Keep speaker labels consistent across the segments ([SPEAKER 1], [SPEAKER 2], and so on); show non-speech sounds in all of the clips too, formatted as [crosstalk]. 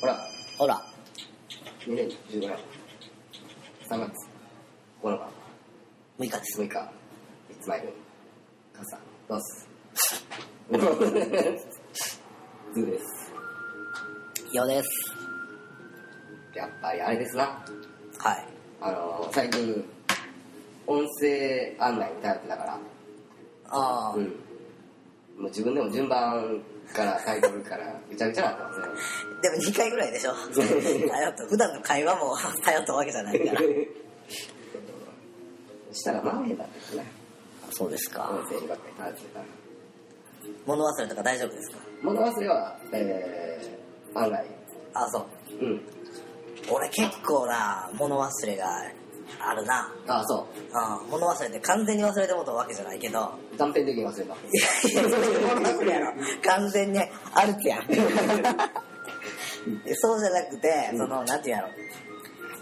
[SPEAKER 1] ほら、
[SPEAKER 2] ほら、
[SPEAKER 1] 2015年3月5日
[SPEAKER 2] 6日です。
[SPEAKER 1] 6日いつまいる母さんどうすズーです
[SPEAKER 2] よです。
[SPEAKER 1] やっぱりあれですな
[SPEAKER 2] はい。
[SPEAKER 1] あの最近音声案内に頼ってたから
[SPEAKER 2] ああ、
[SPEAKER 1] うんもう自分でも順番からタイトルからぐちゃぐちゃなってます
[SPEAKER 2] でも2回ぐらいでし [laughs] ょ。頼った。普段の会話も [laughs] 頼ったわけじゃないから。
[SPEAKER 1] ね [laughs] したら負けたんですね
[SPEAKER 2] そうですか
[SPEAKER 1] 音声にばっかり頼ってたら
[SPEAKER 2] 物忘れとか大丈夫ですか
[SPEAKER 1] 物忘れは、えー、案外、
[SPEAKER 2] あそう。
[SPEAKER 1] うん。
[SPEAKER 2] 俺結構な、物忘れがあるな。
[SPEAKER 1] あ、そ
[SPEAKER 2] うん、物忘れって完全に忘れてもうたわけじゃないけど、
[SPEAKER 1] う。断片的に忘れた。
[SPEAKER 2] いやいやそれ物忘れやろ。完全にあるつやん。そうじゃなくて、その、なんていうんやろ。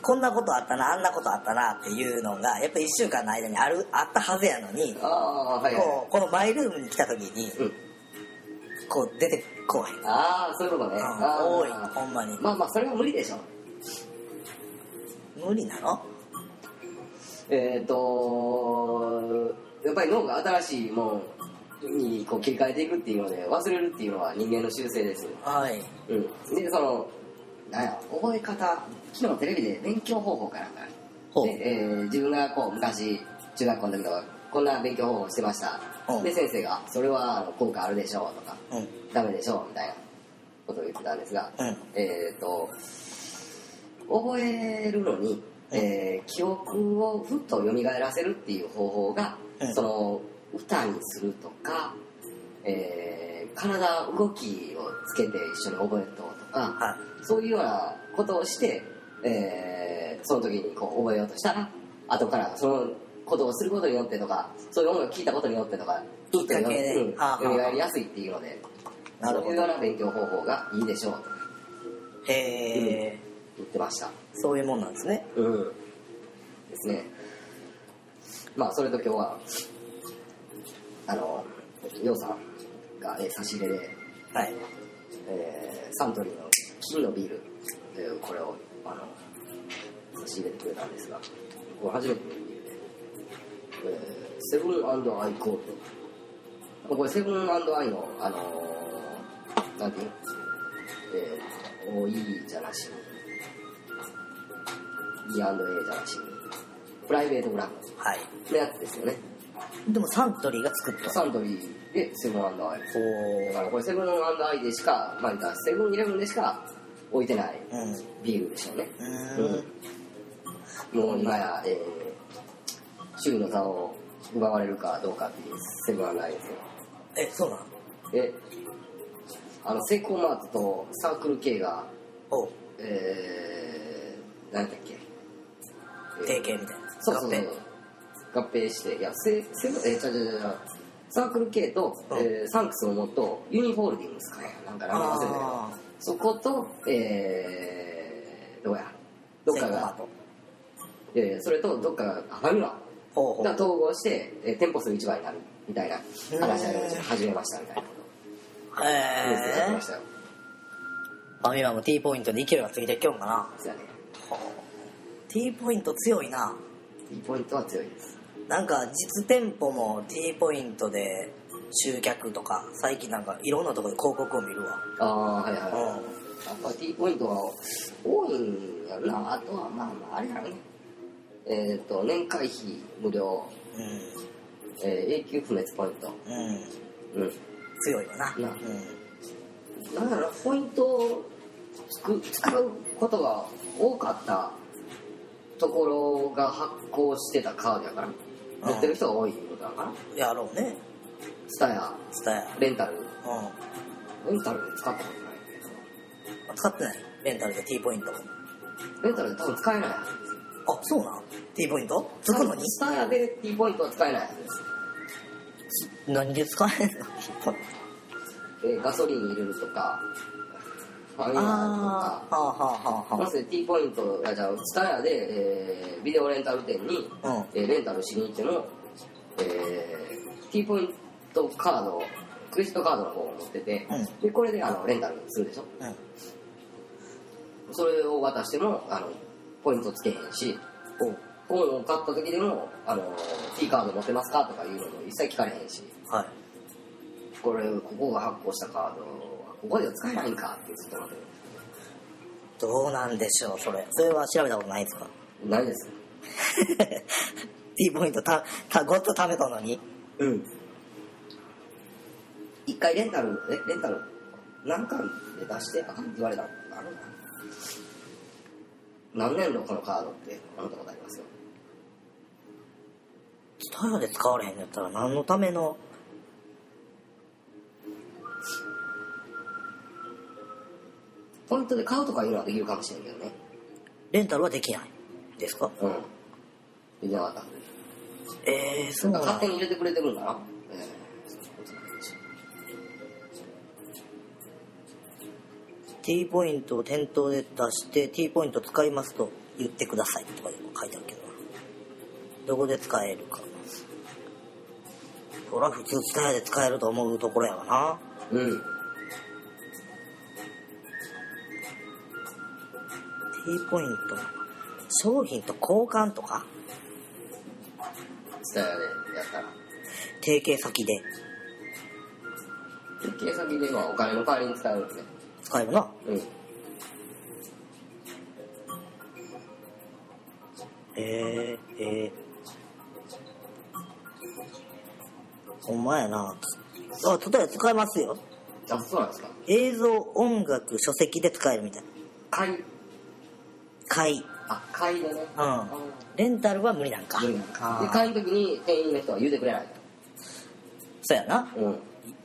[SPEAKER 2] こんなことあったな、あんなことあったなっていうのが、やっぱ一週間の間にある、あったはずやのに、
[SPEAKER 1] ああー、はいは
[SPEAKER 2] こう、このマイルームに来た時に、
[SPEAKER 1] い。うん。
[SPEAKER 2] こう出てこうへん。
[SPEAKER 1] ああ、そういうことね。あ
[SPEAKER 2] 多い、
[SPEAKER 1] ー
[SPEAKER 2] ほんまに。
[SPEAKER 1] まあまあ、それは無理でしょ。
[SPEAKER 2] 無理なの
[SPEAKER 1] えっ、ー、とやっぱり脳が新しいもんにこう切り替えていくっていうので、忘れるっていうのは人間の習性です。
[SPEAKER 2] はい。
[SPEAKER 1] うん。で、その、なんや、覚え方、昨日テレビで勉強方法かなんか。
[SPEAKER 2] ほう
[SPEAKER 1] で、えー自分がこう昔中学校の時とかこんな勉強方法をしてました
[SPEAKER 2] うん
[SPEAKER 1] で先生が「それはあの効果あるでしょう」とか
[SPEAKER 2] うん、
[SPEAKER 1] 「ダメでしょう」みたいなことを言ってたんですが
[SPEAKER 2] うん。
[SPEAKER 1] えっ、と覚えるのに、えー記憶をふっと蘇らせるっていう方法が、
[SPEAKER 2] うん
[SPEAKER 1] その歌にするとか、えー体動きをつけて一緒に覚えとうとか、
[SPEAKER 2] はい。
[SPEAKER 1] そういうようなことをして、えーその時にこう覚えようとしたら、後からそのことをすることによってとか、そういう音楽を聞いたことによってとか、
[SPEAKER 2] きっかけで
[SPEAKER 1] うん
[SPEAKER 2] はあはあ
[SPEAKER 1] 蘇りやすいっていうので、
[SPEAKER 2] なる
[SPEAKER 1] そう
[SPEAKER 2] ほ
[SPEAKER 1] いう
[SPEAKER 2] ど
[SPEAKER 1] よう。な勉強方法がいいでしょうと
[SPEAKER 2] へえ、
[SPEAKER 1] 言ってました。
[SPEAKER 2] そういうもんなんですね。
[SPEAKER 1] うん。ですね。まあ、それと今日は、あの、ようさんが、えー差し入れで、
[SPEAKER 2] はい。
[SPEAKER 1] えーサントリーの金のビール、えーこれをあの差し入れてくれたんですがこれ初めてのビールで、えーセブンアイコールこれセブンアイのあのーなんていうのえー、おいいじゃなし E&A じゃなしプライベートブラン
[SPEAKER 2] はい。
[SPEAKER 1] ドのやつですよね
[SPEAKER 2] でもサントリーが作った。
[SPEAKER 1] サントリーでセブンアイ
[SPEAKER 2] こ。
[SPEAKER 1] だからこれセブンアイでしか、まあ、言ったらセブンイレブンでしか置いてないう
[SPEAKER 2] うん。う
[SPEAKER 1] ビールでしょうね。
[SPEAKER 2] ーん。
[SPEAKER 1] もう今や、えー、州の座を奪われるかどうかっていうセブンアイですよ。
[SPEAKER 2] え、そうなの
[SPEAKER 1] で、あの、セイコーマートとサークル系が、
[SPEAKER 2] おう
[SPEAKER 1] えー、何だっけ
[SPEAKER 2] 提携みたいな。
[SPEAKER 1] そうそうそ
[SPEAKER 2] 合併
[SPEAKER 1] う。合併して、いや、セセブン、えー、ちゃうちゃうちゃうちゃうサークル系と、
[SPEAKER 2] うん
[SPEAKER 1] えーサンクスをもと、ユニホールディングスかね。なんか名前忘れたけど。
[SPEAKER 2] あ
[SPEAKER 1] そこと、えー、どうや、
[SPEAKER 2] ー
[SPEAKER 1] どっか
[SPEAKER 2] セイコーマ
[SPEAKER 1] が
[SPEAKER 2] ー、ト
[SPEAKER 1] いやいやそれとどっかが、あファミマ
[SPEAKER 2] ほうほ
[SPEAKER 1] が
[SPEAKER 2] う。
[SPEAKER 1] 統合して、えー店舗数一番になるみたいな話がありました
[SPEAKER 2] へー
[SPEAKER 1] 始めましたみたいなこ
[SPEAKER 2] へ
[SPEAKER 1] と、ニュースでやって
[SPEAKER 2] え
[SPEAKER 1] ま。したよ。
[SPEAKER 2] ファミマも T ポイントで勢いがついてきよんかな。
[SPEAKER 1] そうやね。
[SPEAKER 2] T ポイント強いな。
[SPEAKER 1] いいポイントは強いです。
[SPEAKER 2] なんか実店舗も T ポイントで集客とか、最近なんかいろんなところで広告を見るわ。
[SPEAKER 1] ああ、はいはい。や
[SPEAKER 2] うん。
[SPEAKER 1] っぱ T ポイントは多いんやろな。あとは、まあまあ、あれやろね。えっ、と、年会費無料、
[SPEAKER 2] う
[SPEAKER 1] えー永久不滅ポイント。
[SPEAKER 2] ん。うん。
[SPEAKER 1] うん。
[SPEAKER 2] 強いわな。う
[SPEAKER 1] いや
[SPEAKER 2] ん。
[SPEAKER 1] なんだろうポイントをつく使うことが多かったところが発行してたカードやから持ってる人が多いってことだから
[SPEAKER 2] やろうね。
[SPEAKER 1] ツタヤ
[SPEAKER 2] ツタヤ。
[SPEAKER 1] レンタル
[SPEAKER 2] う
[SPEAKER 1] レンタルで使ったことないけ
[SPEAKER 2] ん。使ってないレンタルで T ポイント。
[SPEAKER 1] どレンタルで多分使えないはずです
[SPEAKER 2] あ、そうなん ?T ポイントつくのに
[SPEAKER 1] ツタヤで T ポイントは使えないはずです
[SPEAKER 2] 何で使えんの
[SPEAKER 1] でガソリン入れるとかファミマ
[SPEAKER 2] あ
[SPEAKER 1] と
[SPEAKER 2] あ、はあはあ
[SPEAKER 1] か
[SPEAKER 2] は
[SPEAKER 1] まず T ポイントあじゃあツタヤで、えービデオレンタル店に
[SPEAKER 2] あ。うん。
[SPEAKER 1] えーレンタルしに行っても、えー、T ポイントカード、クレジットカードの方を持ってて、
[SPEAKER 2] うん
[SPEAKER 1] で、これであのレンタルするでしょ。
[SPEAKER 2] うん。
[SPEAKER 1] それを渡してもあのポイントつけへんしコーンを買った時でも「あの T カード持ってますか?」とかいうのも一切聞かれへんし
[SPEAKER 2] はい
[SPEAKER 1] これここが発行したカードはここでは使えないんかってずっとなって
[SPEAKER 2] どうなんでしょうそれそれは調べたことないですか [laughs]
[SPEAKER 1] ないです
[SPEAKER 2] T ポイントたたごっと貯めたのに
[SPEAKER 1] うん一回レンタルえレンタル何回で出してあかんって言われたのあるな何年のこのカードって思ったことありますよ
[SPEAKER 2] タダで使われへんのやったら何のための
[SPEAKER 1] ポイントで買うとかいうのはできるかもしれんけどね
[SPEAKER 2] レンタルはできないですか
[SPEAKER 1] うんできなかった
[SPEAKER 2] えー、そうな
[SPEAKER 1] なんか
[SPEAKER 2] の
[SPEAKER 1] 勝手に入れてくれてるんだな。ええそんなことないでしょ
[SPEAKER 2] T ポイントを店頭で出して T ポイント使いますと言ってくださいとか書いてあるけどなどこで使えるかそら普通使えで使えると思うところやわな
[SPEAKER 1] うん。
[SPEAKER 2] T ポイント商品と交換とか
[SPEAKER 1] 伝えでやったら。
[SPEAKER 2] 提携先で
[SPEAKER 1] 計算機ではお金の代わりに使えるんですね。
[SPEAKER 2] 使えるな
[SPEAKER 1] うん。
[SPEAKER 2] へえへえほんまやなあ例えば使えますよ
[SPEAKER 1] あ、そうなんですか。
[SPEAKER 2] 映像音楽書籍で使えるみたい
[SPEAKER 1] 買い。
[SPEAKER 2] 買い
[SPEAKER 1] あ、買いでね。
[SPEAKER 2] うんレンタルは無理なんか
[SPEAKER 1] 無理か。
[SPEAKER 2] あー
[SPEAKER 1] で、買うときに店員の人は言うてくれない。
[SPEAKER 2] そうやな
[SPEAKER 1] うん。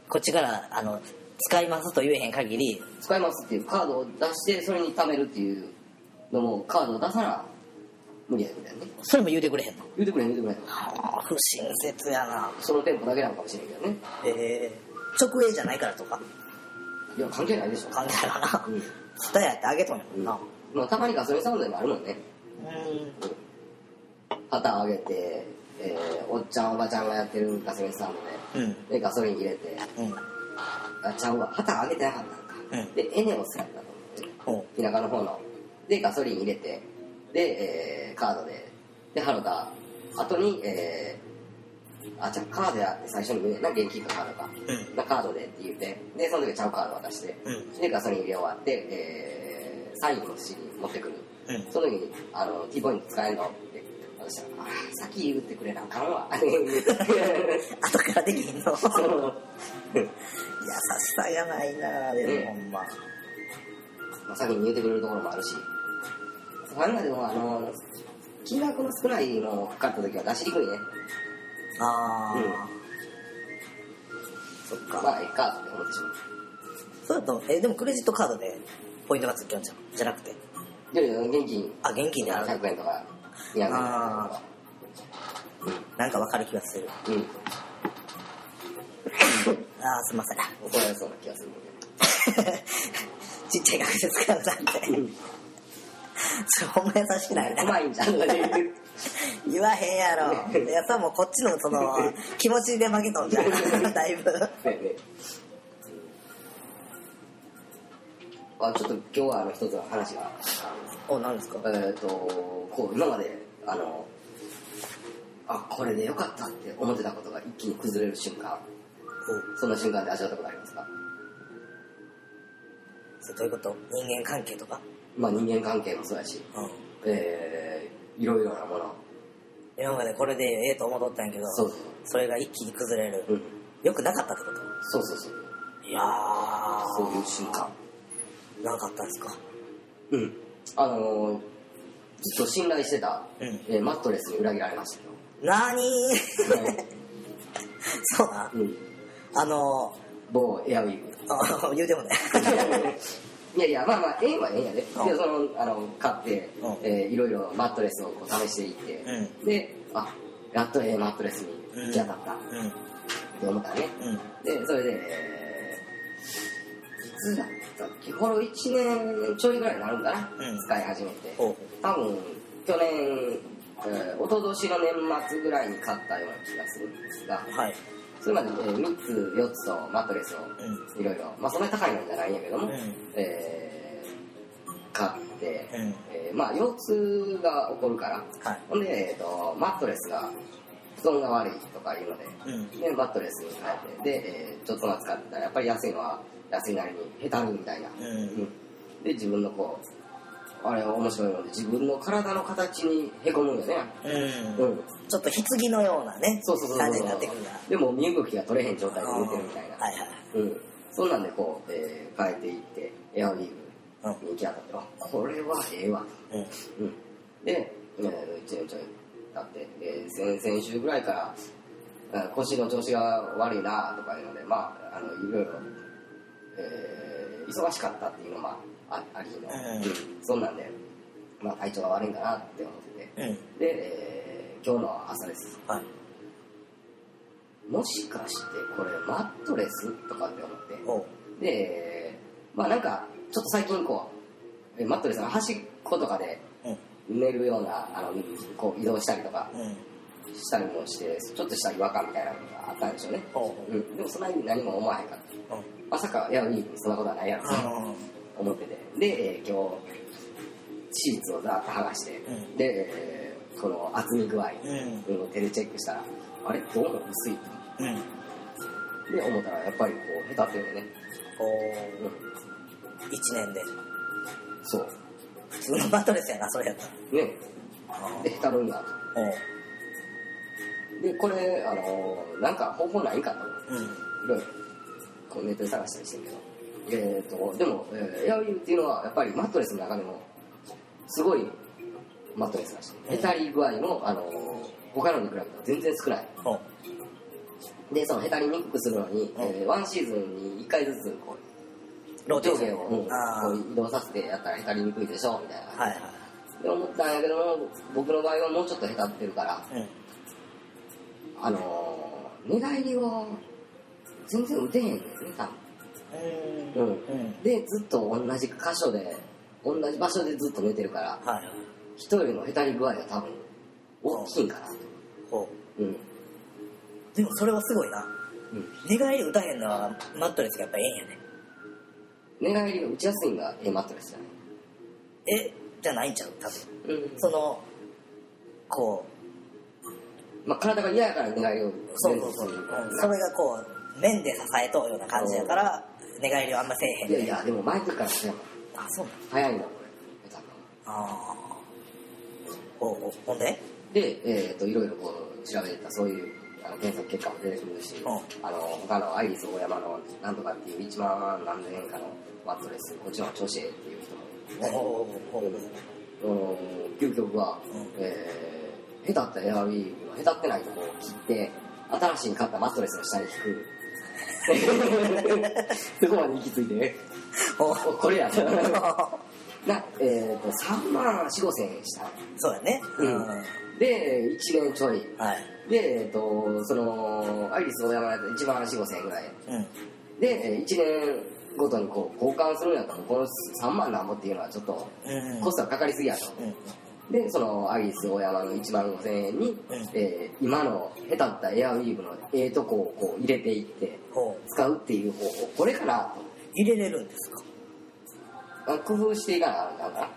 [SPEAKER 2] こっちからあの使いますと言えへん限り
[SPEAKER 1] 使いますっていうカードを出して、それに貯めるっていうのも、カードを出さな、無理やみたいなね。
[SPEAKER 2] それも言うてくれへんの
[SPEAKER 1] 言うてくれん、言うてくれん。
[SPEAKER 2] はあ不親切やな
[SPEAKER 1] その店舗だけなのかもしれんけどね。
[SPEAKER 2] ええ直営じゃないからとか
[SPEAKER 1] いや、関係ないでしょ。
[SPEAKER 2] 関係ないかな
[SPEAKER 1] うん。
[SPEAKER 2] 伝えやってあげとんやもんな
[SPEAKER 1] まあ、たまにガソリンサウンドでもあるもんね。
[SPEAKER 2] うん
[SPEAKER 1] 旗を上げて、えーおっちゃんおばちゃんがやってるガソリンスタンド
[SPEAKER 2] うん
[SPEAKER 1] ででガソリン入れて
[SPEAKER 2] うん
[SPEAKER 1] あちゃうわ旗上げてなかったんか、
[SPEAKER 2] うん
[SPEAKER 1] でエネオスやったと思
[SPEAKER 2] ほう
[SPEAKER 1] って田舎の方のでガソリン入れてで、えーカードでで払った後に、えーあじゃあカードやって最初に無理な現金かカードか
[SPEAKER 2] うん
[SPEAKER 1] なカードでって言ってでその時ちゃうカード渡して
[SPEAKER 2] うん
[SPEAKER 1] でガソリン入れ終わって、えーサインをしに持ってくる
[SPEAKER 2] うん
[SPEAKER 1] その時に、あの、T ポイント使えるのって、私は、あー先言ってくれなあかんわ。 [laughs] そ
[SPEAKER 2] 後からできひんの優し
[SPEAKER 1] の
[SPEAKER 2] さがないなでもほんま
[SPEAKER 1] まあ、先に言ってくれるところもあるし、それまでも、あの、金額の少ないのをかかった時は出しにくいね。
[SPEAKER 2] ああ、
[SPEAKER 1] そっか。まあ、ええかって思ってしまう。
[SPEAKER 2] そうだとえでもクレジットカードでポイントがつきよんじゃんじゃなくて
[SPEAKER 1] いやいや、現金、
[SPEAKER 2] あ現金である
[SPEAKER 1] 100円とか、200円と
[SPEAKER 2] あ
[SPEAKER 1] か。
[SPEAKER 2] なんかわかる気がする
[SPEAKER 1] うん。
[SPEAKER 2] ああすいません
[SPEAKER 1] 怒られそうな気がするもんね。
[SPEAKER 2] [laughs] ちっちゃい学生使うさみたいなそれほんま優しくないな
[SPEAKER 1] うまいんじゃんとか言って。
[SPEAKER 2] 言わへんや [laughs] ろいやそれもうこっちのその気持ちで負けとんじゃ [laughs] んだいぶ
[SPEAKER 1] ねえねえあちょっと今日はあの一つの話が
[SPEAKER 2] おなんですか
[SPEAKER 1] えっ、とこう今まであのあこれでよかったって思ってたことが一気に崩れる瞬間そんな瞬間で味わったことありますか
[SPEAKER 2] それどういうこと人間関係とか
[SPEAKER 1] まあ人間関係もそうやし
[SPEAKER 2] うん
[SPEAKER 1] えー、いろいろなもの
[SPEAKER 2] 今までこれでええと思っとったんやけど
[SPEAKER 1] そうそう
[SPEAKER 2] それが一気に崩れる
[SPEAKER 1] そう、うん、
[SPEAKER 2] よくなかったってこ
[SPEAKER 1] そうそうそう
[SPEAKER 2] といやー
[SPEAKER 1] そういう瞬間
[SPEAKER 2] なかったんですか
[SPEAKER 1] うんあのーずっと信頼してた、
[SPEAKER 2] うん
[SPEAKER 1] えーマットレスに裏切られまし
[SPEAKER 2] なーにー
[SPEAKER 1] た [laughs] よ、
[SPEAKER 2] そうなん
[SPEAKER 1] うん、
[SPEAKER 2] あの
[SPEAKER 1] 某エアウィ [laughs] ーヴ
[SPEAKER 2] ー、あ言うてもね
[SPEAKER 1] いやいや、まあまあ、ええはええんやで。で、
[SPEAKER 2] うん
[SPEAKER 1] その、あの、買って
[SPEAKER 2] うん、
[SPEAKER 1] えーいろいろマットレスをこう試していって、で、あ、やっとええマットレスに行き当たったっ
[SPEAKER 2] うん
[SPEAKER 1] て思ったね。
[SPEAKER 2] うん
[SPEAKER 1] で、それで、えーいつだったっけ頃1年ちょいぐらいになるんだな、
[SPEAKER 2] うん
[SPEAKER 1] 使い始めて。
[SPEAKER 2] ほう
[SPEAKER 1] 多分、去年、えー、一昨年の年末ぐらいに買ったような気がするんですが、
[SPEAKER 2] はい
[SPEAKER 1] それまで、え3つ、4つとマットレスを
[SPEAKER 2] うん
[SPEAKER 1] いろいろまあそんなに高いもんじゃないんやけども、
[SPEAKER 2] うん
[SPEAKER 1] えー買っ
[SPEAKER 2] うん
[SPEAKER 1] えーまあ、腰痛が起こるから、
[SPEAKER 2] はい
[SPEAKER 1] ほんで、えー、とマットレスが布団が悪いとかいうので、
[SPEAKER 2] うん
[SPEAKER 1] でマットレスに変えてで、えーちょっと待使ってたらやっぱり安いのは安いなりにへたるみたいな、
[SPEAKER 2] うん
[SPEAKER 1] で自分のこうあれ面白いので自分の体の形にへこむんよね、
[SPEAKER 2] う
[SPEAKER 1] うんん、
[SPEAKER 2] ちょっと棺のようなね
[SPEAKER 1] そうそうそうそう
[SPEAKER 2] 感じになってくるな
[SPEAKER 1] でも身動きが取れへん状態で寝てるみたいな、
[SPEAKER 2] はいはい
[SPEAKER 1] うん、そんなんでこう、えー変えていってエアリー
[SPEAKER 2] うん
[SPEAKER 1] グに行き当たってあこれはええわ
[SPEAKER 2] うん
[SPEAKER 1] うん、で、えー、1年ちょい経って、えー先先週ぐらいからあ腰の調子が悪いなとかいうのでまああのいろいろ、えー忙しかったっていうのもあありの、
[SPEAKER 2] うん
[SPEAKER 1] そんなんで、まあ、体調が悪いんかなって思って
[SPEAKER 2] うん
[SPEAKER 1] てで、えー今日の朝です
[SPEAKER 2] はい
[SPEAKER 1] もしかしてこれマットレスとかって思って
[SPEAKER 2] おう
[SPEAKER 1] でまあなんかちょっと最近こうえマットレスの端っことかで
[SPEAKER 2] うん
[SPEAKER 1] 寝るようなあのこう移動したりとか
[SPEAKER 2] うん
[SPEAKER 1] したりもしてちょっとした違和感みたいなのがあったんでしょうね、
[SPEAKER 2] おう
[SPEAKER 1] うん、でもそんなに何も思わへんかった
[SPEAKER 2] うん
[SPEAKER 1] まさかいやいいそんなことはないやろ
[SPEAKER 2] うん
[SPEAKER 1] 思っててで、えー今日シーツをざーっと剥がして、
[SPEAKER 2] うん
[SPEAKER 1] で、えーこの厚み具合
[SPEAKER 2] うん
[SPEAKER 1] を手でチェックしたらあれどうも薄い
[SPEAKER 2] うん
[SPEAKER 1] で思ったらやっぱりこうへたってるね、
[SPEAKER 2] お
[SPEAKER 1] う、
[SPEAKER 2] うん一年で
[SPEAKER 1] そう
[SPEAKER 2] 普通のマットレスやなそれやった
[SPEAKER 1] ね
[SPEAKER 2] ら
[SPEAKER 1] でへたるんだと
[SPEAKER 2] おう
[SPEAKER 1] でこれあのーなんか方法ないんかと
[SPEAKER 2] うん
[SPEAKER 1] いろいろこうネットで探したりしてるけどえー、とでも、えー、エアウィーヴっていうのはやっぱりマットレスの中でもすごいマットレスだしへたり具合も、あのー他のに比べて全然少ない
[SPEAKER 2] おう
[SPEAKER 1] でそのへたりにくくするのに、
[SPEAKER 2] うん
[SPEAKER 1] えーワンシーズンに1回ずつこ
[SPEAKER 2] ロー
[SPEAKER 1] う
[SPEAKER 2] テ
[SPEAKER 1] 上
[SPEAKER 2] ーシ
[SPEAKER 1] 下
[SPEAKER 2] ョン
[SPEAKER 1] を、うん
[SPEAKER 2] ああ
[SPEAKER 1] こう移動させてやったらへたりにくいでしょみたいな、
[SPEAKER 2] はいは
[SPEAKER 1] で思ったんやけども僕の場合はもうちょっとへたってるから
[SPEAKER 2] いうん
[SPEAKER 1] あのー、寝返りを全然打てへんねんね、多
[SPEAKER 2] うんうん
[SPEAKER 1] 分。で、ずっと同じ箇所で、同じ場所でずっと寝てるから、
[SPEAKER 2] はい
[SPEAKER 1] 人よりも下手り具合が多分、大きいんかなと。
[SPEAKER 2] おう
[SPEAKER 1] うん。
[SPEAKER 2] でもそれはすごいな
[SPEAKER 1] うん。
[SPEAKER 2] 寝返り打たへんのはマットレスがやっぱええんやね
[SPEAKER 1] 寝返りが打ちやすいんが A マットレスじゃない。
[SPEAKER 2] えじゃないんちゃう多分
[SPEAKER 1] うん
[SPEAKER 2] そのこう
[SPEAKER 1] まあ、体が嫌やから寝返りを打つ
[SPEAKER 2] そうそうそう、うんそれがこう面で支えとうような感じやから寝返りはあんませえへん
[SPEAKER 1] いやいや、でも前の時からしてなかっ
[SPEAKER 2] あそうなん
[SPEAKER 1] た早いんだ、これ。下手な
[SPEAKER 2] ああほうほうほんで
[SPEAKER 1] で、えっ、と、いろいろこう、調べてた、そういう、あの、検索結果も出てくるし、
[SPEAKER 2] うん
[SPEAKER 1] あの、他のアイリス大山の、なんとかっていう1万何千円かのマットレス、こっちの方が調子ええっていう人もいて、
[SPEAKER 2] ほうほうほう
[SPEAKER 1] うん、究極は、
[SPEAKER 2] うん
[SPEAKER 1] えー、下手ったエアウィーヴの、下手ってないとこを切って、新しい買ったマットレスの下に引く。 [laughs] そこまで行き着いて、
[SPEAKER 2] ほう
[SPEAKER 1] おこれやな。な、えっ、と、3万4、5千円した。
[SPEAKER 2] そうやね
[SPEAKER 1] うんで、1年ちょい。
[SPEAKER 2] はい
[SPEAKER 1] で、えっと、その、アイリス大山だと1万4、5千円ぐらい。
[SPEAKER 2] うん
[SPEAKER 1] で、えー1年ごとにこう交換するんやったら、この3万なんぼっていうのはちょっと
[SPEAKER 2] うん
[SPEAKER 1] コストがかかりすぎやと。
[SPEAKER 2] うん
[SPEAKER 1] で、そのアイリス大山の1万5千円に、えー今の下手ったエアウィーヴのええとこをこう入れていって、
[SPEAKER 2] ほ
[SPEAKER 1] 使うっていう方法、これかな
[SPEAKER 2] う入れれるんですか
[SPEAKER 1] と。あ工夫していかなあかんか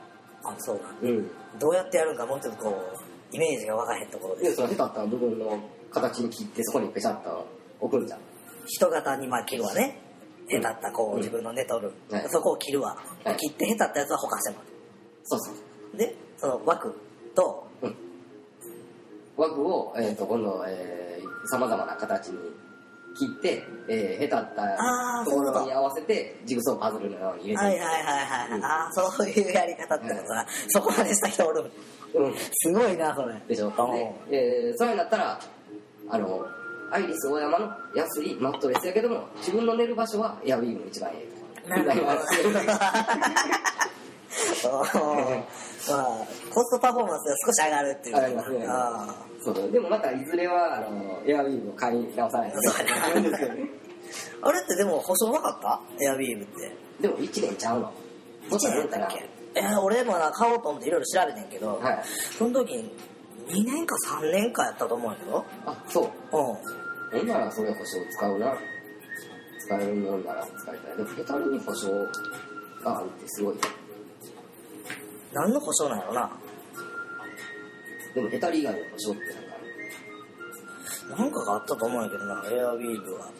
[SPEAKER 2] あそうなん
[SPEAKER 1] な。うん。
[SPEAKER 2] どうやってやるんかもうちょっとこうイメージがわかへんところで
[SPEAKER 1] で、その下手った部分の形に切って、そこにペシャッと置くんじゃん。
[SPEAKER 2] 人型にまあ切るわね
[SPEAKER 1] う
[SPEAKER 2] へ
[SPEAKER 1] ん
[SPEAKER 2] たったこ
[SPEAKER 1] う
[SPEAKER 2] うん自分の寝とる、
[SPEAKER 1] はい
[SPEAKER 2] そこを切るわ、
[SPEAKER 1] はい
[SPEAKER 2] 切ってへたったやつはほかせま
[SPEAKER 1] そうそう。
[SPEAKER 2] すでその枠と
[SPEAKER 1] うん枠を、えー、と今度さまざまな形に切って、えー、へたっ
[SPEAKER 2] あー
[SPEAKER 1] たとこ
[SPEAKER 2] そうい
[SPEAKER 1] ろ
[SPEAKER 2] うこと
[SPEAKER 1] に合わせてジグソーパズルのように入れて
[SPEAKER 2] はいはいはいはい、
[SPEAKER 1] うん
[SPEAKER 2] ああそういうやり方ってことだ、そこまでした人おる
[SPEAKER 1] うん
[SPEAKER 2] すごいな
[SPEAKER 1] [laughs]
[SPEAKER 2] それ
[SPEAKER 1] でしょ
[SPEAKER 2] う
[SPEAKER 1] で、えー、そうになったらあのアイリス大山の安いマットレスやけども自分の寝る場所はエアウィーヴの一番ええと
[SPEAKER 2] んなるほどそう [laughs] まあコストパフォーマンスが少し上がるっていう
[SPEAKER 1] 上がりますね
[SPEAKER 2] あ
[SPEAKER 1] そうでもまたいずれはあのエアウィーヴを買い直さないと
[SPEAKER 2] そう
[SPEAKER 1] ですよね
[SPEAKER 2] ーあれってでも保証なかったエアビームって
[SPEAKER 1] でも1年ちゃうのもっと
[SPEAKER 2] 1
[SPEAKER 1] や
[SPEAKER 2] 年
[SPEAKER 1] った
[SPEAKER 2] だ
[SPEAKER 1] ら
[SPEAKER 2] っけいや俺もな買おうと思っていろいろ調べてんけど、
[SPEAKER 1] はい
[SPEAKER 2] その時に2年か3年かやったと思うんやけど
[SPEAKER 1] あそう
[SPEAKER 2] う
[SPEAKER 1] ほんならそれ保証使うな。使えるもんなら使いたい。でも、ヘタルに保証があるってすごい。
[SPEAKER 2] ん何の保証なんやろな
[SPEAKER 1] でもヘタリ以外の保証ってなんか
[SPEAKER 2] なんかがあったと思うんやけどなエアウィーブは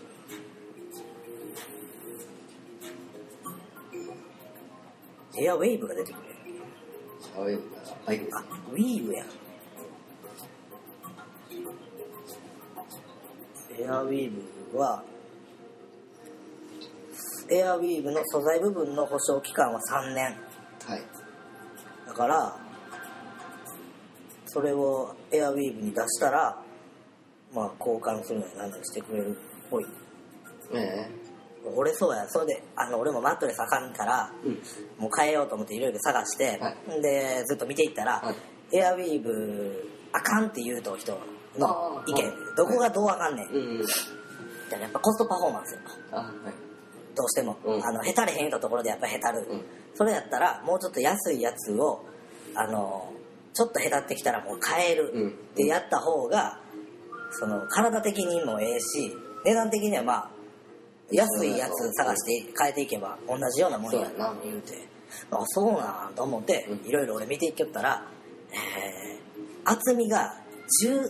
[SPEAKER 2] エアウェイブが出てくる
[SPEAKER 1] ある、アウェーブからバイク
[SPEAKER 2] あウィーブやんエアウィーブはエアウィーブの素材部分の保証期間は3年
[SPEAKER 1] はい。
[SPEAKER 2] だからそれをエアウィーブに出したらまあ交換するのに何なりしてくれるっぽい
[SPEAKER 1] え
[SPEAKER 2] 俺そうやそれであの俺もマットレスあかんから
[SPEAKER 1] えうん。
[SPEAKER 2] もう変えようと思っていろいろ探して、
[SPEAKER 1] は
[SPEAKER 2] でずっと見ていったら、
[SPEAKER 1] はい
[SPEAKER 2] エアウィーブあかんって言うと人の意見
[SPEAKER 1] あー
[SPEAKER 2] どこがどうあかんねん、
[SPEAKER 1] うん。
[SPEAKER 2] みたいなやっぱコストパフォーマンスやな
[SPEAKER 1] あ、はい。
[SPEAKER 2] どうしても、
[SPEAKER 1] うん
[SPEAKER 2] あのへたれへん言うたところでやっぱへたる、
[SPEAKER 1] うん
[SPEAKER 2] それやったらもうちょっと安いやつをあのちょっとへたってきたらもう買える、
[SPEAKER 1] うん
[SPEAKER 2] でやった方がその体的にもええし値段的にはまあ安いやつ探して変えていけば同じようなもん
[SPEAKER 1] そ
[SPEAKER 2] や
[SPEAKER 1] うや
[SPEAKER 2] な
[SPEAKER 1] な
[SPEAKER 2] 言うてあそうなんと思って
[SPEAKER 1] うん
[SPEAKER 2] いろいろ俺見ていきよったら、えー厚みが10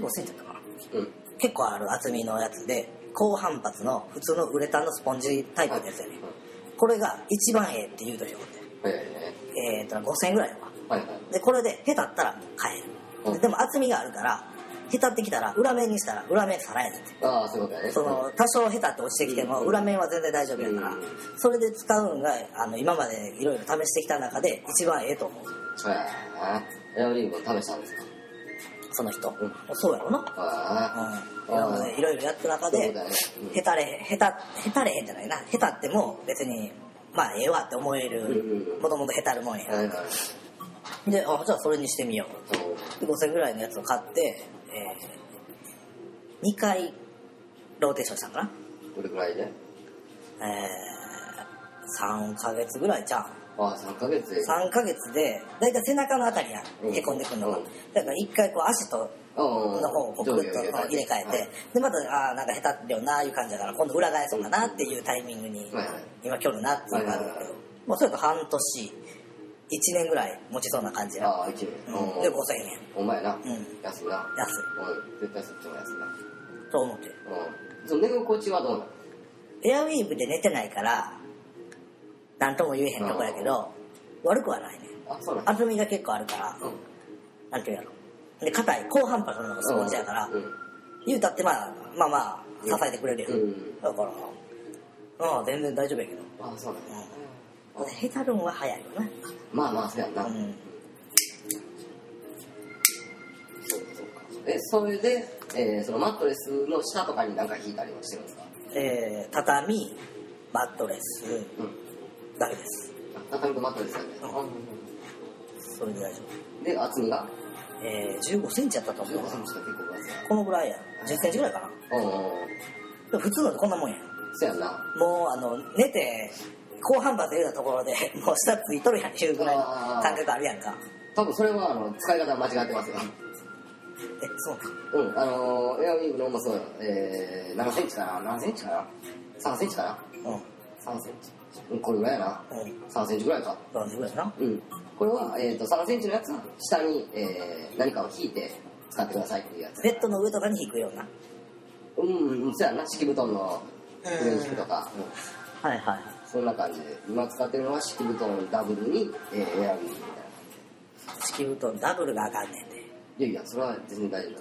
[SPEAKER 2] 15センチだったかな
[SPEAKER 1] うん。
[SPEAKER 2] 結構ある厚みのやつで高反発の普通のウレタンのスポンジタイプのやつやね、これが一番ええって言うとしょ
[SPEAKER 1] はいはいね。
[SPEAKER 2] えー、と5000円ぐらいだわ
[SPEAKER 1] はいはい。
[SPEAKER 2] でこれでへたったら買える、
[SPEAKER 1] うん
[SPEAKER 2] でも厚みがあるからへたってきたら裏面にしたら裏面さらえねんって
[SPEAKER 1] ああ、そういうことやね。
[SPEAKER 2] その多少へたって落ちてきても
[SPEAKER 1] うん
[SPEAKER 2] 裏面は全然大丈夫やから、
[SPEAKER 1] うん
[SPEAKER 2] それで使うんがあの今までいろいろ試してきた中で一番ええと思う
[SPEAKER 1] はい。エアウィーブを試したんですか
[SPEAKER 2] その人、
[SPEAKER 1] ん
[SPEAKER 2] そうやろな
[SPEAKER 1] あ
[SPEAKER 2] うん、今までいろいろやった中
[SPEAKER 1] あ、そうい
[SPEAKER 2] で
[SPEAKER 1] うことやね。
[SPEAKER 2] へたれ、へた、へたれへんじゃないな。へたっても別に、まあええわって思え
[SPEAKER 1] うん
[SPEAKER 2] る
[SPEAKER 1] う、ん
[SPEAKER 2] もともとへたるも
[SPEAKER 1] う
[SPEAKER 2] ん
[SPEAKER 1] ん。は
[SPEAKER 2] や。
[SPEAKER 1] いはい。
[SPEAKER 2] で、あ、じゃあそれにしてみよ
[SPEAKER 1] そう
[SPEAKER 2] う。で、5000ぐらいのやつを買って、えー、2回ローテーションしたんか
[SPEAKER 1] どれくらいで
[SPEAKER 2] な。えー、3ヶ月ぐらいじゃん。
[SPEAKER 1] ああ、3ヶ月で。
[SPEAKER 2] 3ヶ月で、だいたい背中のあたりや
[SPEAKER 1] うん
[SPEAKER 2] ん。へこんでくるのが
[SPEAKER 1] うん。
[SPEAKER 2] だから一回こう足
[SPEAKER 1] う
[SPEAKER 2] と、
[SPEAKER 1] ん
[SPEAKER 2] の方をこうグッと入れ替えて、で、また、ああ、なんか下手ってよな、いう感じだから、今度裏返そうかなっていうタイミングに
[SPEAKER 1] はいはい、
[SPEAKER 2] 今今日のなっていうのがあるんだけ
[SPEAKER 1] はいはいは、
[SPEAKER 2] どもうそれと半年、一年ぐらい持ちそうな感じや。
[SPEAKER 1] ああ、1
[SPEAKER 2] う
[SPEAKER 1] 年。
[SPEAKER 2] んで、5000円。
[SPEAKER 1] お前な。
[SPEAKER 2] うん。
[SPEAKER 1] 安いな。
[SPEAKER 2] 安
[SPEAKER 1] うん。絶対そっちも安いな。
[SPEAKER 2] い。と思ってる。
[SPEAKER 1] うん。その寝心地はどうなの
[SPEAKER 2] エアウィーブで寝てないから、なんとも言えへんとこやけど、悪くはないね。
[SPEAKER 1] あ、そうなんだ。
[SPEAKER 2] 厚みが結構あるから、
[SPEAKER 1] うん。
[SPEAKER 2] なんていうやろ。で、硬い、高反発のスポンジやから
[SPEAKER 1] う、ん。
[SPEAKER 2] 言うたってまあ、まあまあ、支えてくれるよ。
[SPEAKER 1] うん。
[SPEAKER 2] だから、ああ、全然大丈夫やけど。
[SPEAKER 1] ああ、そうなんだ。
[SPEAKER 2] うん。ヘタルンは早いよね。
[SPEAKER 1] まあまあ、そうやんな。
[SPEAKER 2] うん。
[SPEAKER 1] そうかそうか。え、それで、えーそのマットレスの下とかに何か引いたりはしてるんですか
[SPEAKER 2] えー、畳、マットレス
[SPEAKER 1] うん。
[SPEAKER 2] だけです。
[SPEAKER 1] あ畳とマットレスだけ。
[SPEAKER 2] うそれで大丈
[SPEAKER 1] で、厚みが
[SPEAKER 2] 夫。えー、15センチやったと思う
[SPEAKER 1] 15
[SPEAKER 2] わ
[SPEAKER 1] センチが結構分厚い。
[SPEAKER 2] このぐらいや。10センチぐらいかな。
[SPEAKER 1] うんうんうん。
[SPEAKER 2] でも普通のでこんなもんや。
[SPEAKER 1] そうやんな。
[SPEAKER 2] もう、あの、寝て、後半バス入れたところで、 [laughs] もう下ついとるやんっていうぐらいの感覚あるやんか。
[SPEAKER 1] 多分それは、あの、使い方間違ってますよ。
[SPEAKER 2] え、そうか。
[SPEAKER 1] うん、あのーエアウィーヴの重さは、えー、7センチかな何センチかな ?3 センチかな
[SPEAKER 2] う
[SPEAKER 1] ?3 センチ。うん、これぐらいやな。
[SPEAKER 2] ん。うん。
[SPEAKER 1] 3センチぐらいか。
[SPEAKER 2] どうぐらいな。
[SPEAKER 1] うん。これは、えっ、と、3センチのやつは、下に、えー、何かを引いて使ってくださいっていうやつ。
[SPEAKER 2] ベッドの上とかに引くような。
[SPEAKER 1] うん、うん、そうやな。敷布団の上に引くとか。うん
[SPEAKER 2] はいはい。
[SPEAKER 1] そんな感じで、今使ってるのは敷布団ダブルに、えー、エアウィーヴみたいな。
[SPEAKER 2] 敷布団ダブルがあかんねんで。
[SPEAKER 1] いやいや、それは全然大丈夫だ。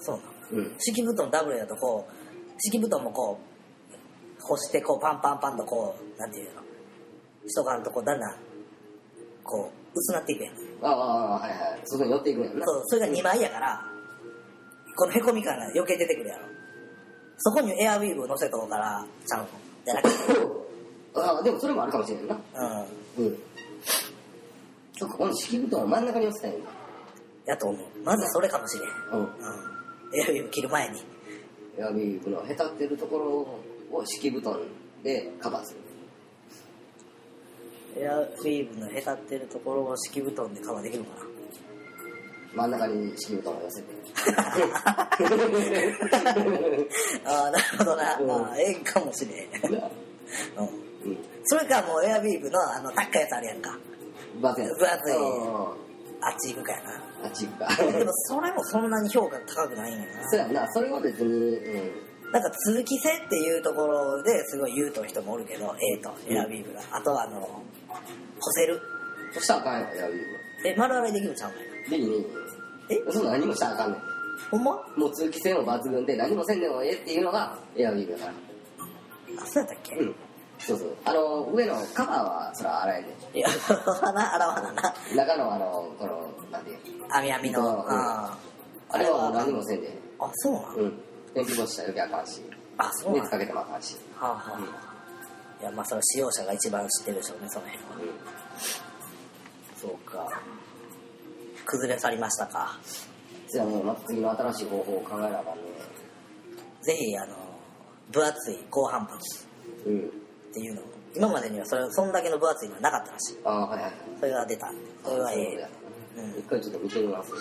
[SPEAKER 2] そうな
[SPEAKER 1] う
[SPEAKER 2] の。
[SPEAKER 1] ん。
[SPEAKER 2] 敷布団ダブルだとこう敷布団もこう干してこうパンパンパンとこうなんていうの人があるとこうだんだんこう薄なっていくやんそう
[SPEAKER 1] ああああ、はいはい。そこに寄っていくんやんな。
[SPEAKER 2] それが2枚やからこのへこみ感が余計出てくるやろそこにエアウィーブを乗せとこうからちゃうのじゃなくて
[SPEAKER 1] ああ、でもそれもあるかもしれんな。
[SPEAKER 2] うん
[SPEAKER 1] うん。そっか、この敷布団を真ん中に寄せたいんだ。
[SPEAKER 2] やと思うまずそれかもしれん、
[SPEAKER 1] うん。
[SPEAKER 2] うん、エアウィーブ切る前に
[SPEAKER 1] エアウィーヴのへたってるところを敷布団でカバーする。
[SPEAKER 2] エアウィーブのへたってるところを敷布団でカバーできるのかな
[SPEAKER 1] 真ん中に敷布団を寄せ [laughs] て。
[SPEAKER 2] ああなるほどな、
[SPEAKER 1] うん
[SPEAKER 2] ああええんかもしれん、う
[SPEAKER 1] う
[SPEAKER 2] ん
[SPEAKER 1] ん。
[SPEAKER 2] それかもうエアウィーブのあの高いやつあるやんか
[SPEAKER 1] バツや
[SPEAKER 2] 分厚い
[SPEAKER 1] うん
[SPEAKER 2] あっち行くかやな
[SPEAKER 1] あっち行くか
[SPEAKER 2] でもそれもそんなに評価高くないんやな
[SPEAKER 1] そうやんなそれは別に、うん、
[SPEAKER 2] なんか通気性っていうところですごい言うとる人もおるけど A と選び部が、あとはあの干せる
[SPEAKER 1] そしたらあかんやんやるよ
[SPEAKER 2] え丸洗いできるちゃうのよ
[SPEAKER 1] でに
[SPEAKER 2] え
[SPEAKER 1] その何もしたらあかんねん
[SPEAKER 2] ほんま
[SPEAKER 1] もう通気性も抜群で何もせんでもええっていうのがエアウィーヴだから
[SPEAKER 2] あそうやったっけ、
[SPEAKER 1] うんそうそうあの上のカバーはそら洗えね
[SPEAKER 2] いや鼻洗わなな
[SPEAKER 1] 中のあのこのなんていう
[SPEAKER 2] 網網の、
[SPEAKER 1] うん
[SPEAKER 2] あ
[SPEAKER 1] あれはもう何もせんで
[SPEAKER 2] ーあそうなん、
[SPEAKER 1] うん天気干したら余計あかんし
[SPEAKER 2] あそうなん
[SPEAKER 1] 熱かけてもあかんし
[SPEAKER 2] はあ、はあいやまあその使用者が一番知ってるでしょうねその辺は
[SPEAKER 1] うん
[SPEAKER 2] そうか崩れ去りましたか
[SPEAKER 1] じゃあもうまた次の新しい方法を考えなあかんね
[SPEAKER 2] ぜひあの分厚い高反発
[SPEAKER 1] うん
[SPEAKER 2] っていうのを今までにはそれそんだけの分厚いのはなかったらしい
[SPEAKER 1] ああはいはい
[SPEAKER 2] それが出たそれはええ
[SPEAKER 1] 一回ちょっと見てみます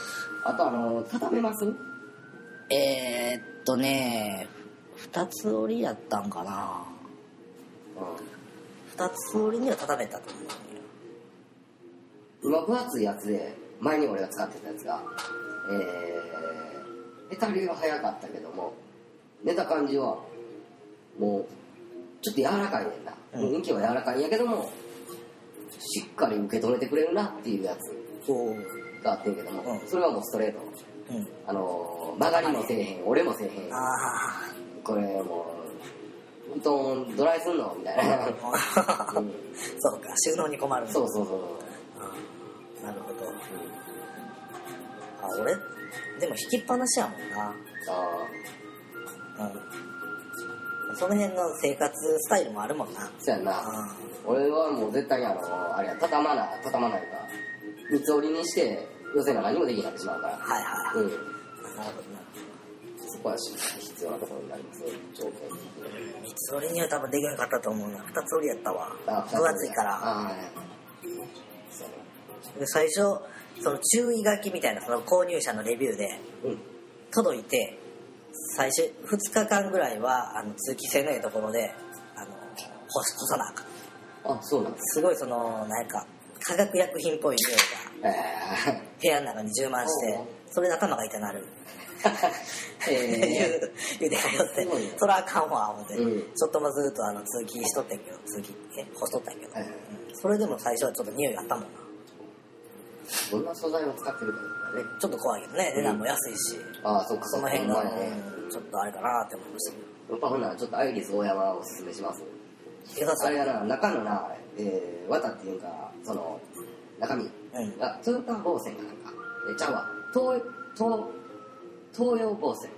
[SPEAKER 1] あとあの畳めます
[SPEAKER 2] えー、っとね二つ折りやったんかな二つ折りには畳めたと思うんだけど
[SPEAKER 1] 今分厚いやつで前に俺が使ってたやつがえー、ネタ流は早かったけども寝た感じはもうちょっと柔らかいねんな、
[SPEAKER 2] うん
[SPEAKER 1] もう運気は柔らかいんやけどもしっかり受け止めてくれるなっていうやつ
[SPEAKER 2] おう
[SPEAKER 1] があってんけども、
[SPEAKER 2] うん
[SPEAKER 1] それはもうストレート
[SPEAKER 2] うん
[SPEAKER 1] あのー曲がりもせえへん俺もせえへん
[SPEAKER 2] ああ
[SPEAKER 1] これもう本当ドライすんのみたいな、うん
[SPEAKER 2] [laughs] そうか収納に困る
[SPEAKER 1] そうそうそう
[SPEAKER 2] うんなるほどあ俺でも引きっぱなしやもんな
[SPEAKER 1] あ
[SPEAKER 2] うんその辺の生活スタイルもあるもんな
[SPEAKER 1] あそうやんな、
[SPEAKER 2] う
[SPEAKER 1] 俺はもう絶対にあのあれや畳まな畳まないか三つ折りにして寄せが何もできなくなってしまうか
[SPEAKER 2] んはいはい
[SPEAKER 1] らうん
[SPEAKER 2] なるほどな
[SPEAKER 1] そこはし必要なところになりますね条件的に
[SPEAKER 2] 三つ折りには多分できなかったと思うな二つ折りやったわ
[SPEAKER 1] あ
[SPEAKER 2] 分厚いから
[SPEAKER 1] あはいそう
[SPEAKER 2] で最初その注意書きみたいなその購入者のレビューで
[SPEAKER 1] うん
[SPEAKER 2] 届いて最初2日間ぐらいはあの通気性のいいところであの干し干さなあかん
[SPEAKER 1] あそうなんです
[SPEAKER 2] すごいそのなんか化学薬品っぽい匂いが
[SPEAKER 1] え
[SPEAKER 2] 部屋の中に充満してそれで頭が痛なる [laughs]
[SPEAKER 1] ーえ
[SPEAKER 2] 言うてはよって
[SPEAKER 1] すごいね
[SPEAKER 2] そらあかんわ思って、
[SPEAKER 1] うん
[SPEAKER 2] ちょっともずっとあの通勤しとったんやけど通勤え干しとったんやけど、
[SPEAKER 1] はいはい
[SPEAKER 2] うんそれでも最初はちょっと匂いがあったもんな
[SPEAKER 1] ーどんな素材を使ってるかとかね
[SPEAKER 2] ちょっと怖いけどね値段も安いし、
[SPEAKER 1] ああそっか
[SPEAKER 2] そ
[SPEAKER 1] っ
[SPEAKER 2] の
[SPEAKER 1] か
[SPEAKER 2] 辺が、
[SPEAKER 1] ほんまやね
[SPEAKER 2] うんちょっとあれかなって思いました
[SPEAKER 1] やっぱほんならちょっとアイリス大山をおすすめします
[SPEAKER 2] けど池田
[SPEAKER 1] あ
[SPEAKER 2] さん
[SPEAKER 1] れやな中のな、えー、綿っていうかその中身
[SPEAKER 2] うん
[SPEAKER 1] あ通過防線かなんかえちゃうわ東東東洋防線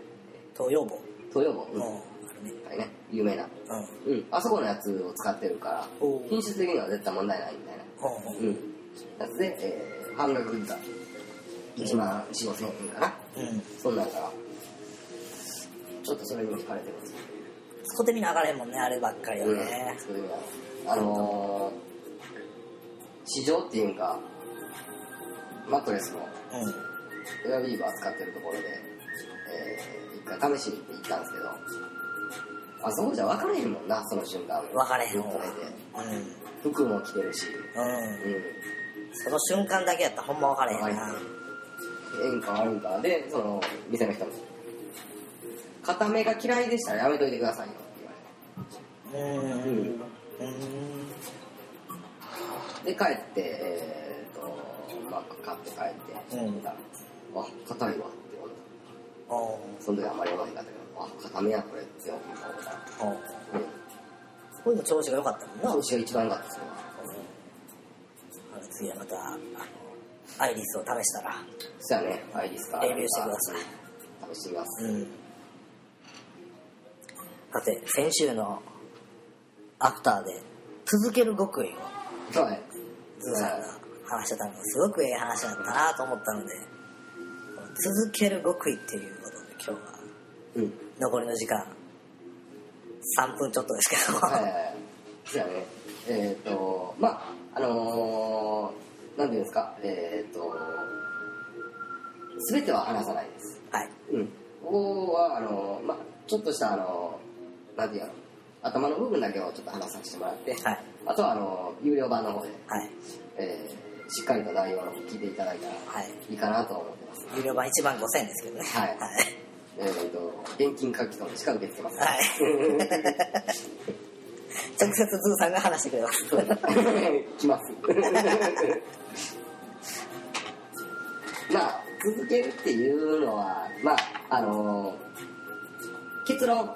[SPEAKER 2] 東洋坊
[SPEAKER 1] 東洋防うん、
[SPEAKER 2] もあるね
[SPEAKER 1] はいね有名な
[SPEAKER 2] うん
[SPEAKER 1] うんあそこのやつを使ってるから
[SPEAKER 2] おー
[SPEAKER 1] 品質的には絶対問題ないみたいな
[SPEAKER 2] ほうほう
[SPEAKER 1] うんやつで、えー、半額以下1万4 5千円かな
[SPEAKER 2] うん
[SPEAKER 1] そんなんからちょっとそれにも惹かれてます
[SPEAKER 2] 使ってみなあかれんもんねあればっかりは
[SPEAKER 1] うん
[SPEAKER 2] ね、
[SPEAKER 1] それがあのー、市場っていうんかマットレスの
[SPEAKER 2] うん、
[SPEAKER 1] エアウィーバー使ってるところで、えー一回試しに行って行ったんですけどあそうじゃ分かれへんもんなその瞬間
[SPEAKER 2] 分かれへん
[SPEAKER 1] ずっ
[SPEAKER 2] わ
[SPEAKER 1] と寝て
[SPEAKER 2] うんうん
[SPEAKER 1] 服も着てるし、うん、
[SPEAKER 2] その瞬間だけやったらほんま分かれへん
[SPEAKER 1] 分かれへん
[SPEAKER 2] な、
[SPEAKER 1] ええんか悪いんかでその店の人も「固めが嫌いでしたらやめといてくださいよ」って言わ
[SPEAKER 2] うん
[SPEAKER 1] れて、うん
[SPEAKER 2] うん
[SPEAKER 1] で帰ってえー、っとマック買って帰って
[SPEAKER 2] うん
[SPEAKER 1] 見たらあ硬いわって思った
[SPEAKER 2] おう
[SPEAKER 1] その時あんまり思わへんかったけどあ硬めやこれって思った
[SPEAKER 2] おう
[SPEAKER 1] うん
[SPEAKER 2] こういうの調子が良かったもん
[SPEAKER 1] 調
[SPEAKER 2] な、
[SPEAKER 1] 子が一番良かったですね
[SPEAKER 2] あの次はまたあのアイリスを試したら
[SPEAKER 1] そしたらねアイリスか
[SPEAKER 2] レビューしてください
[SPEAKER 1] 試してみます
[SPEAKER 2] うんさて先週のアフターで続ける極意を
[SPEAKER 1] はい
[SPEAKER 2] ズーさんが話してたのがすごくええ話だったなと思ったので続ける極意っていうことで今日は
[SPEAKER 1] うん
[SPEAKER 2] 残りの時間3分ちょっとですけど、
[SPEAKER 1] はいはいはいそうやねえっ、とまああのー、なんていうんですかえっ、と全ては話さないです
[SPEAKER 2] はい
[SPEAKER 1] うん、ここはあの、まあ、ちょっとしたあのなんていうの頭の部分だけをちょっと話させてもらって、
[SPEAKER 2] はい
[SPEAKER 1] あとはあの有料版の方で、
[SPEAKER 2] はい
[SPEAKER 1] えしっかりと内容を聞いていただいたら
[SPEAKER 2] はい
[SPEAKER 1] いいかなと思ってます。
[SPEAKER 2] 有料版1万5000円ですけどね
[SPEAKER 1] はい
[SPEAKER 2] はい
[SPEAKER 1] えー、と、現金書き取り近くできてます。
[SPEAKER 2] はい
[SPEAKER 1] [laughs]
[SPEAKER 2] 直接ズーさんが話してくれます
[SPEAKER 1] そうです来ます。 [laughs] まあ、続けるっていうのは、まあ、あの結論、
[SPEAKER 2] はい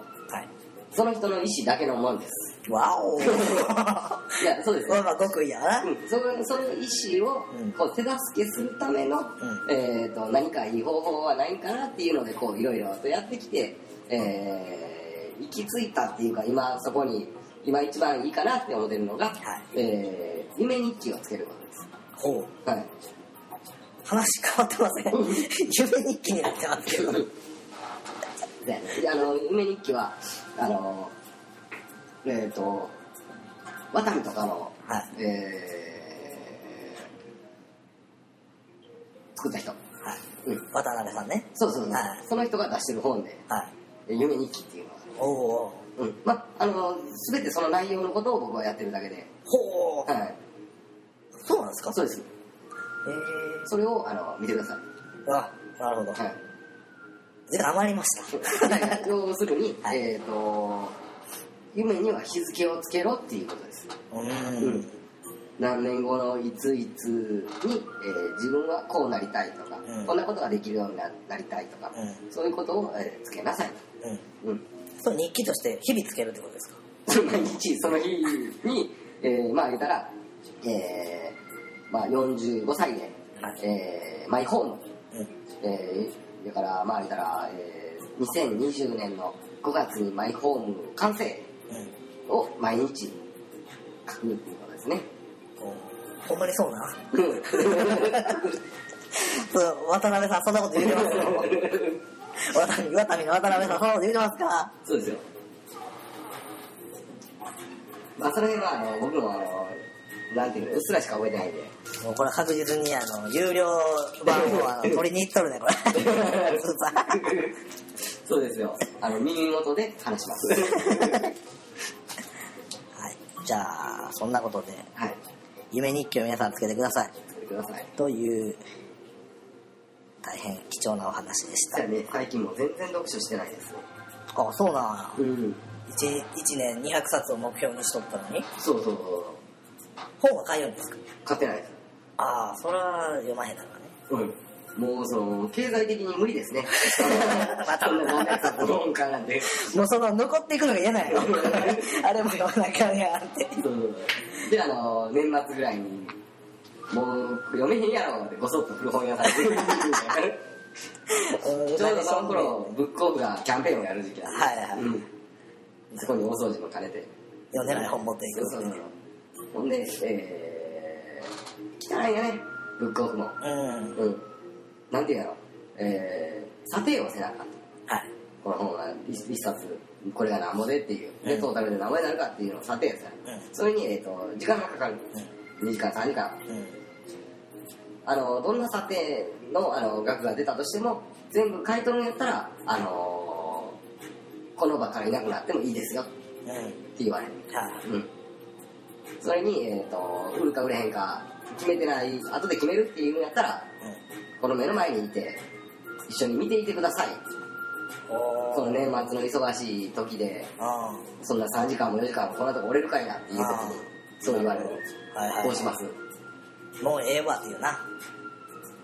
[SPEAKER 1] その人の意思だけのもんです。
[SPEAKER 2] わ
[SPEAKER 1] [laughs]
[SPEAKER 2] お
[SPEAKER 1] いや、そうです
[SPEAKER 2] まあまあ極意やな、
[SPEAKER 1] うん、そのその意思を
[SPEAKER 2] うん
[SPEAKER 1] こう手助けするための、えー、と何かいい方法はないかなっていうのでこういろいろとやってきて、えー行き着いたっていうか今そこに今一番いいかなって思ってるのが、えー夢日記をつけることです。
[SPEAKER 2] ほう
[SPEAKER 1] はい、
[SPEAKER 2] 話変わってません夢日記になってますけど
[SPEAKER 1] であの夢日記はあのえっ、とワタミとかの、
[SPEAKER 2] はい
[SPEAKER 1] えー作った人、
[SPEAKER 2] はい
[SPEAKER 1] うん、
[SPEAKER 2] 渡辺さんね
[SPEAKER 1] そうそうそう、
[SPEAKER 2] はい
[SPEAKER 1] その人が出してる本で
[SPEAKER 2] は
[SPEAKER 1] 「
[SPEAKER 2] い
[SPEAKER 1] 夢日記」っていうのが
[SPEAKER 2] おお
[SPEAKER 1] うんまああの全てその内容のことを僕はやってるだけで、
[SPEAKER 2] ほう
[SPEAKER 1] はい、
[SPEAKER 2] そうなんですか
[SPEAKER 1] そうです
[SPEAKER 2] え
[SPEAKER 1] それをあの見てください、
[SPEAKER 2] ー、あなるほど、 [laughs]
[SPEAKER 1] はい、
[SPEAKER 2] 時間余りました
[SPEAKER 1] 要するに、
[SPEAKER 2] はい
[SPEAKER 1] えっ、と夢には日付をつけろっていうことです
[SPEAKER 2] う
[SPEAKER 1] うんん何年後のいついつに、えー自分はこうなりたいとか、
[SPEAKER 2] うん
[SPEAKER 1] こんなことができるようにななりたいとか、
[SPEAKER 2] う
[SPEAKER 1] そういうことを、えーつけなさい
[SPEAKER 2] んうん
[SPEAKER 1] と、うん、
[SPEAKER 2] そう日記として日々つけるってことですか
[SPEAKER 1] [laughs] 毎日その日に、えーまあ言ったら、えーまあ、45歳で、
[SPEAKER 2] はい
[SPEAKER 1] えーマイホーム、
[SPEAKER 2] うん
[SPEAKER 1] えーだからまあ言ったら、えー2020年の5月にマイホーム完成
[SPEAKER 2] うん
[SPEAKER 1] を毎日書くっていうことですね。
[SPEAKER 2] こうほんまにそうな [laughs]
[SPEAKER 1] うん
[SPEAKER 2] そう渡辺さんそんなこと言ってま
[SPEAKER 1] [laughs]
[SPEAKER 2] すよ渡辺渡辺の渡辺さんそんなこと言ってますか
[SPEAKER 1] そうですよ。まあそれはあの僕もあのなんていうのうっすらしか覚えてないんで。
[SPEAKER 2] もうこれ確実にあの有料版をあの取りに行っとるねこ
[SPEAKER 1] [laughs]
[SPEAKER 2] れそうさ
[SPEAKER 1] そうですよ。あの耳元で話します。 [laughs]
[SPEAKER 2] はい、じゃあそんなことで
[SPEAKER 1] はい。
[SPEAKER 2] 夢日記を皆さんつけてください
[SPEAKER 1] やってください。
[SPEAKER 2] という大変貴重なお話でした
[SPEAKER 1] 実はね、最近もう全然読書してないですね。
[SPEAKER 2] あそうなん
[SPEAKER 1] うん。
[SPEAKER 2] 1, 一年200冊を目標にしとったのに
[SPEAKER 1] そうそうそ
[SPEAKER 2] 本は買いようんですか
[SPEAKER 1] う。買ってないです。
[SPEAKER 2] ああそれは読まへんだから
[SPEAKER 1] う
[SPEAKER 2] ね
[SPEAKER 1] ん。もうその、経済的に無理 [laughs] ですね。
[SPEAKER 2] また
[SPEAKER 1] そんな何百冊本かなんて。
[SPEAKER 2] もうその残っていくのが嫌なんやろあれも読まなあかんやんって
[SPEAKER 1] そうそうそう [laughs] で、あの、年末ぐらいに、もう読めへんやろって、ごそっと古本屋さんに。 [laughs]
[SPEAKER 2] うん
[SPEAKER 1] ちょうどその頃、ブックオフがキャンペーンをやる時期なんで、
[SPEAKER 2] はいはい
[SPEAKER 1] うん、そこに大掃除も兼ねて、
[SPEAKER 2] 読んでない本持っていく
[SPEAKER 1] そうそうそうほんで、えー、汚いよね、ブックオフも。
[SPEAKER 2] うん
[SPEAKER 1] うん。なんていうやろ、えー、査定をせなあかんと。
[SPEAKER 2] はい
[SPEAKER 1] この本は一一冊、これが何ぼでっていう、で、
[SPEAKER 2] うん
[SPEAKER 1] トータルで何ぼになるかっていうのを査定せなあかん
[SPEAKER 2] う
[SPEAKER 1] それに、えっ、と、時間がかかる。2時間、3時間。
[SPEAKER 2] うん
[SPEAKER 1] あの、どんな査定のあの額が出たとしても、全部買い取るんやったら、あのーこの場からいなくなってもいいですよっ
[SPEAKER 2] うんはい
[SPEAKER 1] て言われる。うん。それに、えっ、と、売るか売れへんか、決めてない、後で決めるっていうんやったら、この目の前にいて、一緒に見ていてください。
[SPEAKER 2] うんおー
[SPEAKER 1] この年末の忙しい時で、
[SPEAKER 2] あ
[SPEAKER 1] そんな3時間も4時間もこんなとこ折れるかいなっていう時に
[SPEAKER 2] あ、
[SPEAKER 1] そう言われる。
[SPEAKER 2] あはいはい
[SPEAKER 1] こうします。
[SPEAKER 2] もうええわっていうな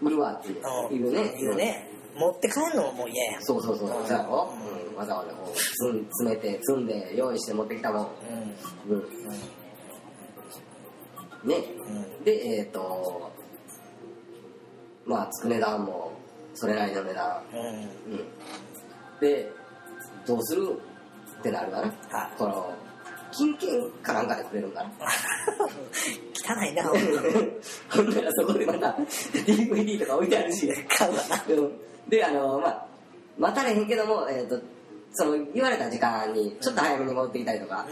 [SPEAKER 1] 売るわっていう言
[SPEAKER 2] うん
[SPEAKER 1] うね。
[SPEAKER 2] 言うね持って帰るのももう嫌やん
[SPEAKER 1] そうそうそう、
[SPEAKER 2] うん
[SPEAKER 1] そうやろ、うん、わざわざこう積ん詰めて積んで用意して持ってきたもん、
[SPEAKER 2] う
[SPEAKER 1] うん、
[SPEAKER 2] ん
[SPEAKER 1] ね
[SPEAKER 2] うん
[SPEAKER 1] でえっ、とまあつく値段もそれなりの値段、
[SPEAKER 2] うんうん
[SPEAKER 1] うん、でどうするってなるかな、
[SPEAKER 2] はい
[SPEAKER 1] この金券かなんかでくれるんかな
[SPEAKER 2] 汚いなほんま
[SPEAKER 1] [laughs] ほんならそこでまた DVD とか置いてあるし
[SPEAKER 2] 買うわな
[SPEAKER 1] うん [laughs] であのまあ待たれへんけども、えー、とその言われた時間にちょっと早めに戻ってきたりとか、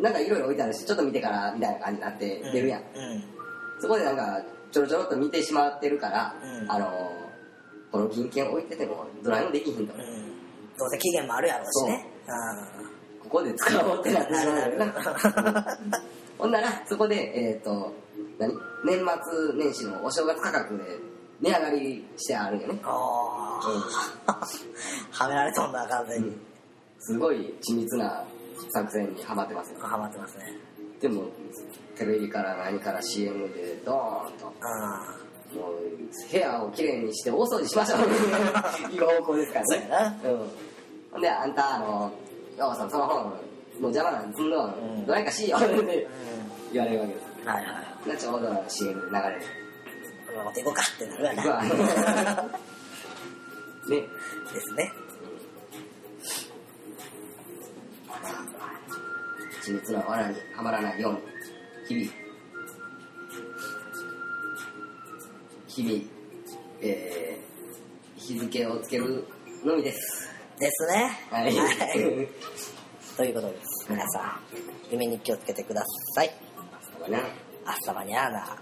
[SPEAKER 1] なんかいろいろ置いてあるしちょっと見てからみたいな感じになって出るやん、
[SPEAKER 2] うん
[SPEAKER 1] そこでなんかちょろちょろっと見てしまってるから、
[SPEAKER 2] うん
[SPEAKER 1] あのこの金券置いててもドライもできひんと、
[SPEAKER 2] う
[SPEAKER 1] こ
[SPEAKER 2] んどうせ期限もあるやろうしね [laughs]
[SPEAKER 1] こで使おうってなってしまうよなほんならそこでえっ、と何年末年始のお正月価格で値上がりしてあるんよね、
[SPEAKER 2] ああはめられとんだ完全に
[SPEAKER 1] すごい緻密な作戦にはまってますよ
[SPEAKER 2] はまってますね
[SPEAKER 1] でもテレビから何から CM でドーンと
[SPEAKER 2] ああ
[SPEAKER 1] もう部屋をきれいにして大掃除しましょういう [laughs] 方向ですから
[SPEAKER 2] そう
[SPEAKER 1] ね
[SPEAKER 2] やな
[SPEAKER 1] うんほんであんたあのようさんその本もう邪魔なんすんの、
[SPEAKER 2] ん
[SPEAKER 1] どないかしいよって
[SPEAKER 2] う
[SPEAKER 1] [laughs] 言われるわけです
[SPEAKER 2] んはいはい
[SPEAKER 1] でちょうど CM 流れる
[SPEAKER 2] このままでいこうかってなるわ
[SPEAKER 1] [laughs] うわ
[SPEAKER 2] な
[SPEAKER 1] ね
[SPEAKER 2] ですね
[SPEAKER 1] 緻密な罠にはまらないように日々日々、えー、日付をつけるのみです
[SPEAKER 2] ですね
[SPEAKER 1] はい
[SPEAKER 2] はいということです皆さん夢に気をつけてください
[SPEAKER 1] そうだな
[SPEAKER 2] アッサマニャーナ